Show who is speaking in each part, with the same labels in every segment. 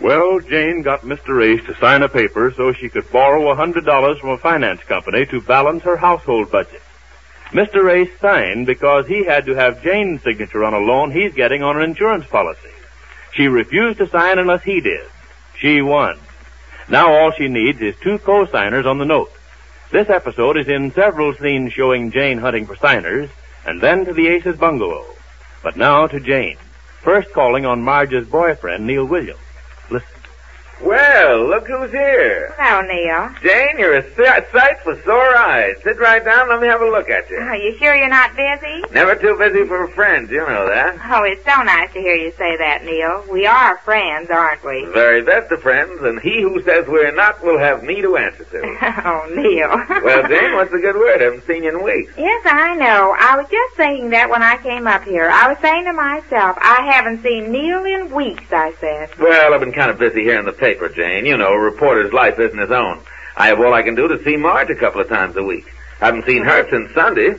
Speaker 1: Well, Jane got Mr. Ace to sign a paper so she could borrow a $100 from a finance company to balance her household budget. Mr. Ace signed because he had to have Jane's signature on a loan he's getting on an insurance policy. She refused to sign unless he did. She won. Now all she needs is two co-signers on the note. This episode is in several scenes showing Jane hunting for signers, and then to the Ace's bungalow. But now to Jane. First calling on Marge's boyfriend, Neil Williams. Listen.
Speaker 2: Well, look who's here.
Speaker 3: Hello, Neil.
Speaker 2: Jane, you're a si- sight for sore eyes. Sit right down. Let me have a look at you.
Speaker 3: Are you sure you're not busy?
Speaker 2: Never too busy for friends, you know that.
Speaker 3: Oh, it's so nice to hear you say that, Neil. We are friends, aren't we?
Speaker 2: The very best of friends, and he who says we're not will have me to answer to.
Speaker 3: oh, Neil.
Speaker 2: well, Jane, what's the good word? haven't seen you in weeks.
Speaker 3: Yes, I know. I was just saying that when I came up here. I was saying to myself, I haven't seen Neil in weeks, I said.
Speaker 2: Well, I've been kind of busy here in the paper, Jane. You know, a reporter's life isn't his own. I have all I can do to see Marge a couple of times a week. I haven't seen her since Sunday.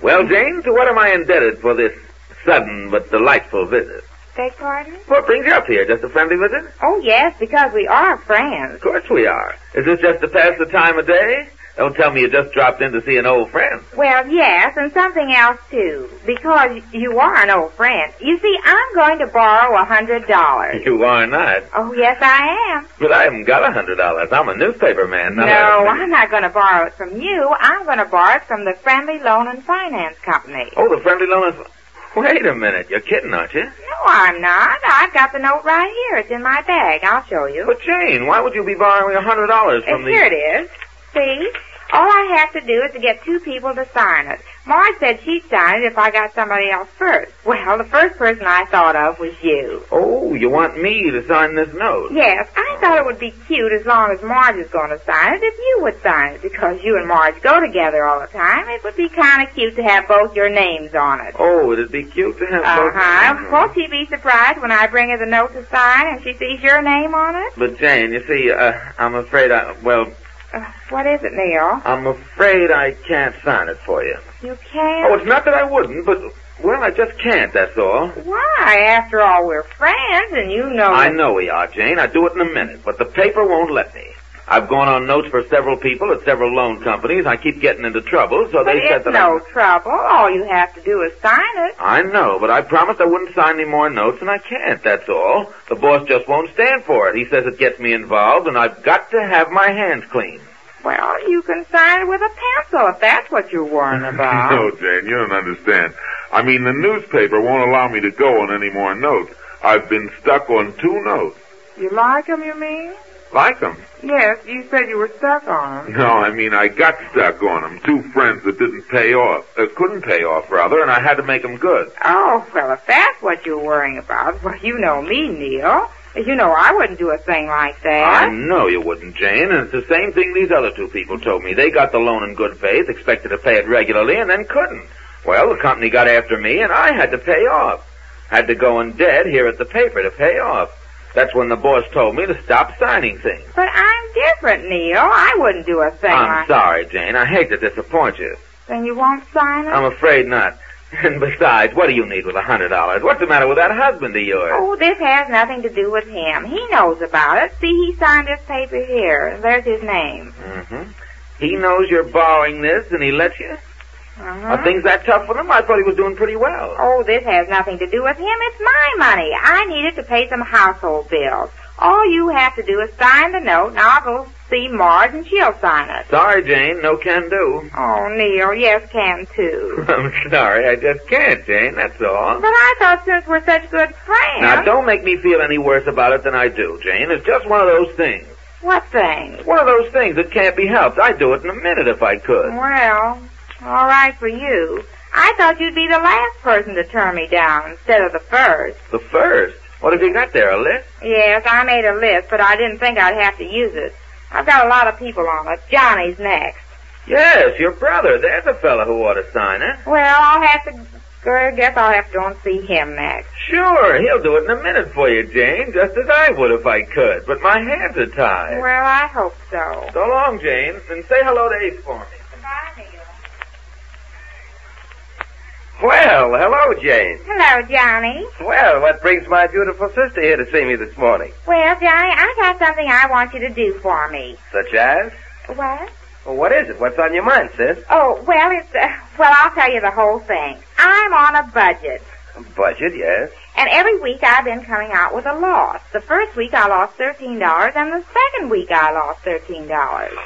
Speaker 2: Well, Jane, to what am I indebted for this sudden but delightful visit?
Speaker 3: Beg pardon?
Speaker 2: What brings you up here? Just a friendly visit?
Speaker 3: Oh, yes, because we are
Speaker 2: Of
Speaker 3: friends.
Speaker 2: course we are. Is this just to pass the time of day? Don't tell me you just dropped in to see an old friend.
Speaker 3: Well, yes, and something else too. Because you are an old friend. You see, I'm going to borrow a hundred dollars.
Speaker 2: You are not.
Speaker 3: Oh, yes, I am.
Speaker 2: But I haven't got a hundred dollars. I'm a newspaper man.
Speaker 3: No,
Speaker 2: Not
Speaker 3: I'm not going to borrow it from you. I'm going to borrow it from the Friendly Loan and Finance Company.
Speaker 2: Oh, the friendly loan is... Wait a minute. You're kidding, aren't you?
Speaker 3: No, I'm not. I've got the note right here. It's in my bag. I'll show you.
Speaker 2: But Jane, why would you be borrowing a hundred dollars
Speaker 3: Uh,
Speaker 2: from the...
Speaker 3: Here it is. See? All I have to do is to get two people to sign it. Marge said she'd sign it if I got somebody else first. Well, the first person I thought of was you.
Speaker 2: Oh, you want me to sign this note?
Speaker 3: Yes, I thought it would be cute as long as Marge is going to sign it if you would sign it because you and Marge go together all the time. It would be kind of cute to have both your names on it.
Speaker 2: Oh, it'd be cute to have
Speaker 3: Uh
Speaker 2: both.
Speaker 3: huh. Won't she be surprised when I bring her the note to sign and she sees your name on it?
Speaker 2: But Jane, you see, uh, I'm afraid I, well,
Speaker 3: Uh, what is it, Neil?
Speaker 2: I'm afraid I can't sign it for you.
Speaker 3: You
Speaker 2: Oh,
Speaker 3: can't.
Speaker 2: it's not that I wouldn't, but, well, I just can't, that's all.
Speaker 3: Why? After all, we're friends, and you know.
Speaker 2: I know we are, Jane. I do it in a minute, but the paper won't let me. I've gone on notes for several people at several loan companies. I keep getting into trouble, so
Speaker 3: But
Speaker 2: they said
Speaker 3: it's
Speaker 2: that
Speaker 3: no trouble. All you have to do is sign it.
Speaker 2: I... I know, but I promised I wouldn't sign any more notes, and I can't, that's all. The boss just won't stand for it. He says it gets me involved, and I've got to have my hands clean.
Speaker 3: Well, you can sign it with a pencil if that's what you're worrying about.
Speaker 4: No, Jane, you don't understand. I mean, the newspaper won't allow me to go on any more notes. I've been stuck on two notes.
Speaker 3: You like them, you mean?
Speaker 4: Like 'em.
Speaker 3: Yes, you said you were stuck on them.
Speaker 4: No, I mean, I got stuck on 'em. Two friends that didn't pay off, uh, couldn't pay off, rather, and I had to make 'em good.
Speaker 3: Oh, well, if that's what you're worrying about, well, you know me, Neil. You know I wouldn't do a thing like
Speaker 2: I
Speaker 3: that.
Speaker 2: know you wouldn't, Jane, and it's the same thing these other two people told me. They got the loan in good faith, expected to pay it regularly, and then couldn't. Well, the company got after me, and I had to pay off. Had to go in debt here at the paper to pay off. That's when the boss told me to stop signing things.
Speaker 3: But I'm different, Neil. I wouldn't do a thing
Speaker 2: I'm
Speaker 3: like
Speaker 2: sorry, Jane. I hate to disappoint you.
Speaker 3: Then you won't sign it?
Speaker 2: I'm afraid not. And besides, what do you need with a hundred dollars? What's the matter with that husband of yours?
Speaker 3: Oh, this has nothing to do with him. He knows about it. See, he signed this paper here. There's his name.
Speaker 2: Mm-hmm. He knows you're borrowing this, and he lets you.
Speaker 3: Uh-huh.
Speaker 2: Are things that tough for him? I thought he was doing pretty well.
Speaker 3: Oh, this has nothing to do with him. It's my money. I need it to pay some household bills. All you have to do is sign the note, and I'll go see Marge, and she'll sign it.
Speaker 2: Sorry, Jane. No can do.
Speaker 3: Oh, Neil, yes, can too.
Speaker 2: I'm sorry. I just can't, Jane. That's all.
Speaker 3: But I thought since we're such good friends.
Speaker 2: Now, don't make me feel any worse about it than I do, Jane. It's just one of those things.
Speaker 3: What thing?
Speaker 2: One of those things that can't be helped. I'd do it in a minute if I could.
Speaker 3: Well, all right for you. I thought you'd be the last person to turn me down instead of the first.
Speaker 2: The first. What have you got there, a list?
Speaker 3: Yes, I made a list, but I didn't think I'd have to use it. I've got a lot of people on it. Johnny's next.
Speaker 2: Yes, your brother. There's a fellow who ought to sign it.
Speaker 3: Well, I'll have to. I guess I'll have to go and see him next.
Speaker 2: Sure, he'll do it in a minute for you, Jane, just as I would if I could. But my hands are tied.
Speaker 3: Well, I hope so.
Speaker 2: So long, Jane, and say hello to Ace for me.
Speaker 3: Goodbye, Neil.
Speaker 2: Well, hello, Jane.
Speaker 3: Hello, Johnny.
Speaker 2: Well, what brings my beautiful sister here to see me this morning?
Speaker 3: Well, Johnny, I got something I want you to do for me.
Speaker 2: Such as?
Speaker 3: What?
Speaker 2: Well, what is it? What's on your mind, sis?
Speaker 3: Oh, well, it's, uh, well, I'll tell you the whole thing. I'm on a budget.
Speaker 2: Budget, yes.
Speaker 3: And every week I've been coming out with a loss. The first week I lost $13 and the second week I lost $13.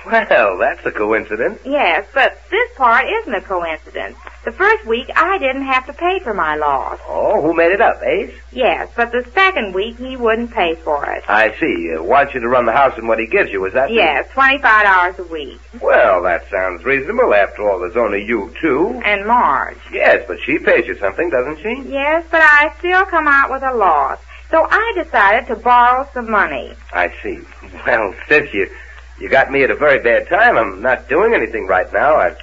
Speaker 2: Well, that's a coincidence.
Speaker 3: Yes, but this part isn't a coincidence. The first week I didn't have to pay for my loss.
Speaker 2: Oh, who made it up, Ace?
Speaker 3: Yes, but the second week he wouldn't pay for it.
Speaker 2: I see. Uh, wants you to run the house on what he gives you, is that? the-
Speaker 3: Yes, $25 a week.
Speaker 2: Well, that sounds reasonable. After all, there's only you two.
Speaker 3: And Marge.
Speaker 2: Yes, but she pays you something, doesn't she?
Speaker 3: Yes, but I still come out with a loss. So I decided to borrow some money.
Speaker 2: I see. Well, sis, you, you got me at a very bad time. I'm not doing anything right now. I've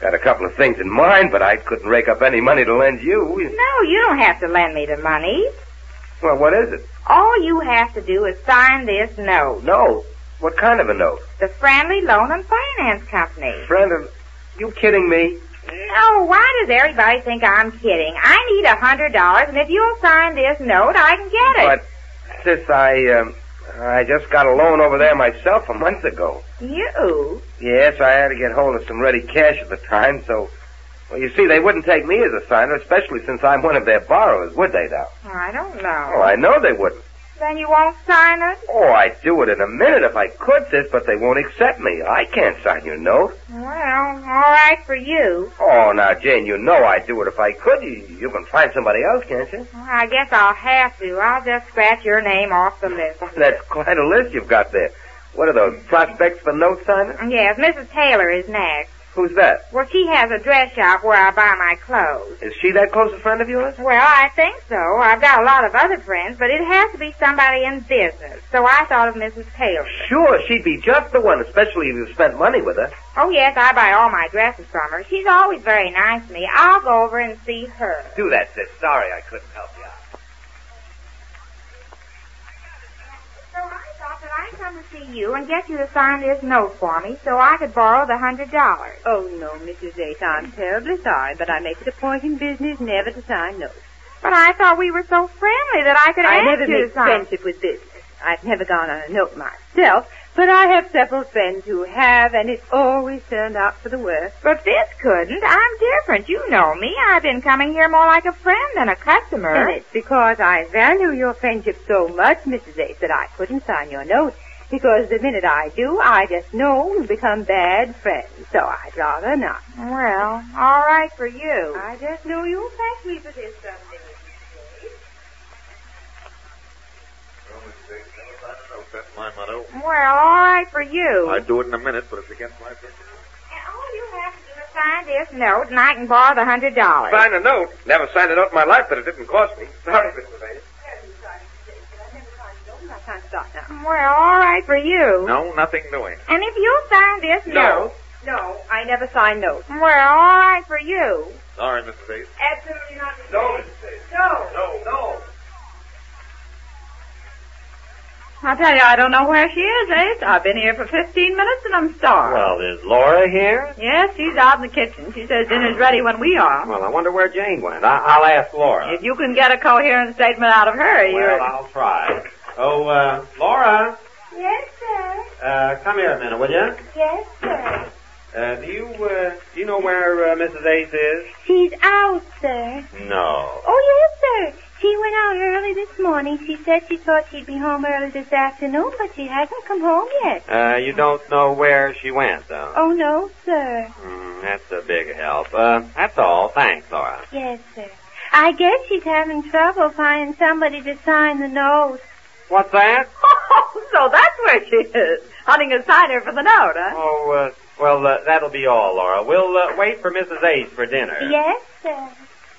Speaker 2: got a couple of things in mind, but I couldn't rake up any money to lend you.
Speaker 3: No, you don't have to lend me the money.
Speaker 2: Well, what is it?
Speaker 3: All you have to do is sign this note.
Speaker 2: No. What kind of a note?
Speaker 3: The Friendly Loan and Finance Company.
Speaker 2: Friend of... You kidding me?
Speaker 3: Oh, why does everybody think I'm kidding? I need a hundred dollars, and if you'll sign this note, I can get it.
Speaker 2: But, sis, I, um, I just got a loan over there myself a month ago.
Speaker 3: You?
Speaker 2: Yes, I had to get hold of some ready cash at the time, so... Well, you see, they wouldn't take me as a signer, especially since I'm one of their borrowers, would they, now?
Speaker 3: I don't
Speaker 2: Oh,
Speaker 3: know.
Speaker 2: I know they wouldn't.
Speaker 3: Then you won't sign it?
Speaker 2: Oh, I'd do it in a minute if I could, sis, but they won't accept me. I can't sign your note.
Speaker 3: Well, all right for you.
Speaker 2: Oh, now, Jane, you know I'd do it if I could. You, you can find somebody else, can't you?
Speaker 3: Well, I guess I'll have to. I'll just scratch your name off the list.
Speaker 2: That's quite a list you've got there. What are those, prospects for note signers?
Speaker 3: Yes, Mrs. Taylor is next.
Speaker 2: Who's that?
Speaker 3: Well, she has a dress shop where I buy my clothes.
Speaker 2: Is she that close a friend of yours?
Speaker 3: Well, I think so. I've got a lot of other friends, but it has to be somebody in business. So I thought of Mrs. Taylor.
Speaker 2: Sure, she'd be just the one, especially if you spent money with her.
Speaker 3: Oh, yes, I buy all my dresses from her. She's always very nice to me. I'll go over and see her.
Speaker 2: Do that, sis. Sorry I couldn't help you out.
Speaker 3: So I thought that I'd come to see you and get you to sign this note for me so I could borrow the hundred dollars.
Speaker 5: Oh, no, Mrs. Ace, I'm terribly sorry, but I make it a point in business never to sign notes.
Speaker 3: But I thought we were so friendly that I could
Speaker 5: I
Speaker 3: ask
Speaker 5: never
Speaker 3: you
Speaker 5: make
Speaker 3: to sign.
Speaker 5: friendship with business. I've never gone on a note myself, but I have several friends who have, and it's always turned out for the worse.
Speaker 3: But this couldn't. I'm different. You know me. I've been coming here more like a friend than a customer.
Speaker 5: And it's because I value your friendship so much, Mrs. Ace, that I couldn't sign your note. Because the minute I do, I just know we become bad friends, so I'd rather not.
Speaker 3: Well, all right for you.
Speaker 5: I just know you'll thank me for this someday.
Speaker 6: That's my motto.
Speaker 3: Well, all right for you.
Speaker 6: I'd do it in a minute, but it's against my principles.
Speaker 3: And all you have to do is sign this note, and I can borrow the hundred dollars.
Speaker 2: Sign a note? Never signed a note in my life, but it didn't cost me. Sorry, Mr. Bates.
Speaker 5: I can't stop now.
Speaker 3: Well, all right for you.
Speaker 6: No, nothing doing.
Speaker 3: And if you'll sign this note,
Speaker 5: No, I never sign notes.
Speaker 3: well, all right for you.
Speaker 6: Sorry, Mr. Bates.
Speaker 5: Absolutely not.
Speaker 2: No,
Speaker 5: No.
Speaker 2: no, no.
Speaker 5: I tell you, I don't know where she is, Ace. I've been here for 15 minutes and I'm starved.
Speaker 2: Well, is Laura here?
Speaker 5: Yes, she's out in the kitchen. She says dinner's ready when we are.
Speaker 2: Well, I wonder where Jane went. I- I'll ask Laura.
Speaker 5: If you can get a coherent statement out of her,
Speaker 2: Well,
Speaker 5: you're...
Speaker 2: I'll try. Oh, uh, Laura,
Speaker 3: Yes, sir.
Speaker 2: uh, come here a minute, will you?
Speaker 3: Yes, sir.
Speaker 2: Uh, do you, uh, do you know where uh, Mrs. Ace is?
Speaker 7: She's out, sir.
Speaker 2: No.
Speaker 7: Oh, yes, sir. She went out early this morning. She said she thought she'd be home early this afternoon, but she hasn't come home yet.
Speaker 2: Uh, you don't know where she went, though.
Speaker 7: Oh, no, sir.
Speaker 2: Mm, that's a big help. Uh, that's all. Thanks, Laura.
Speaker 7: Yes, sir. I guess she's having trouble finding somebody to sign the note.
Speaker 2: What's that?
Speaker 5: Oh, so that's where she is. Hunting a signer for the note, huh?
Speaker 2: Oh, uh, well, uh, that'll be all, Laura. We'll uh, wait for Mrs. Ace for dinner.
Speaker 7: Yes, sir.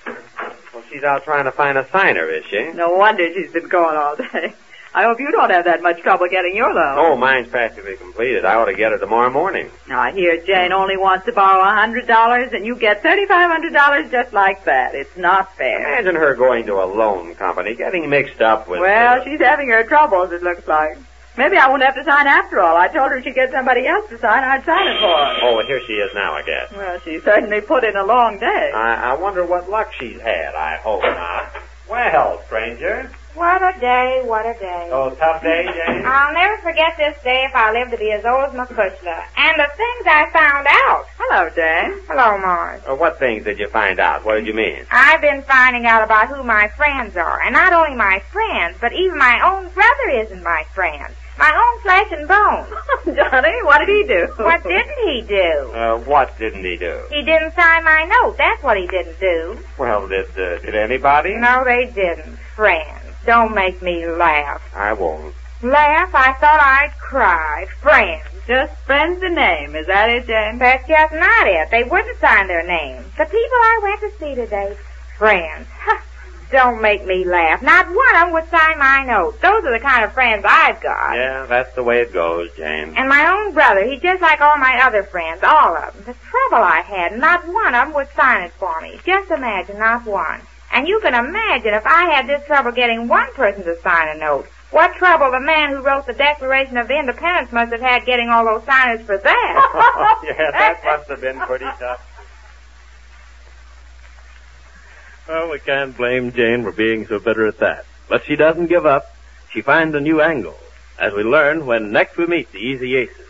Speaker 2: Well, she's out trying to find a signer, is she?
Speaker 5: No wonder she's been gone all day. I hope you don't have that much trouble getting your loan.
Speaker 2: Oh, mine's practically completed. I ought to get her tomorrow morning.
Speaker 5: I hear Jane only wants to borrow a hundred dollars and you get thirty-five hundred dollars just like that. It's not fair.
Speaker 2: Imagine her going to a loan company, getting mixed up with.
Speaker 5: Well,
Speaker 2: uh,
Speaker 5: she's having her troubles, it looks like. Maybe I won't have to sign after all. I told her she'd get somebody else to sign. I'd sign it for her.
Speaker 2: Oh, and here she is now, I guess.
Speaker 5: Well, she certainly put in a long day.
Speaker 2: I, I wonder what luck she's had. I hope not. Well, stranger.
Speaker 3: What a day, what a day.
Speaker 2: Oh, tough day, Jane?
Speaker 3: I'll never forget this day if I live to be as old as McCushla. And the things I found out.
Speaker 5: Hello, Jane.
Speaker 3: Hello, Mars.
Speaker 2: Uh, what things did you find out? What did you mean?
Speaker 3: I've been finding out about who my friends are. And not only my friends, but even my own brother isn't my friend. My own flesh and bone.
Speaker 5: Johnny, what did he do?
Speaker 3: What didn't he do?
Speaker 2: Uh, what didn't he do?
Speaker 3: He didn't sign my note. That's what he didn't do.
Speaker 2: Well, did uh, did anybody?
Speaker 3: No, they didn't. Friends, don't make me laugh.
Speaker 2: I won't.
Speaker 3: Laugh? I thought I'd cry. Friends.
Speaker 5: Just friends the name. Is that it, Jane?
Speaker 3: That's just not it. They wouldn't sign their names. The people I went to see today, friends. Don't make me laugh. Not one of them would sign my note. Those are the kind of friends I've got.
Speaker 2: Yeah, that's the way it goes, Jane.
Speaker 3: And my own brother, he's just like all my other friends, all of them. The trouble I had, not one of them would sign it for me. Just imagine, not one. And you can imagine if I had this trouble getting one person to sign a note. What trouble the man who wrote the Declaration of Independence must have had getting all those signers for that.
Speaker 2: yeah, that must have been pretty tough.
Speaker 1: Well, we can't blame Jane for being so bitter at that. But she doesn't give up. She finds a new angle, as we learn when next we meet the Easy Aces.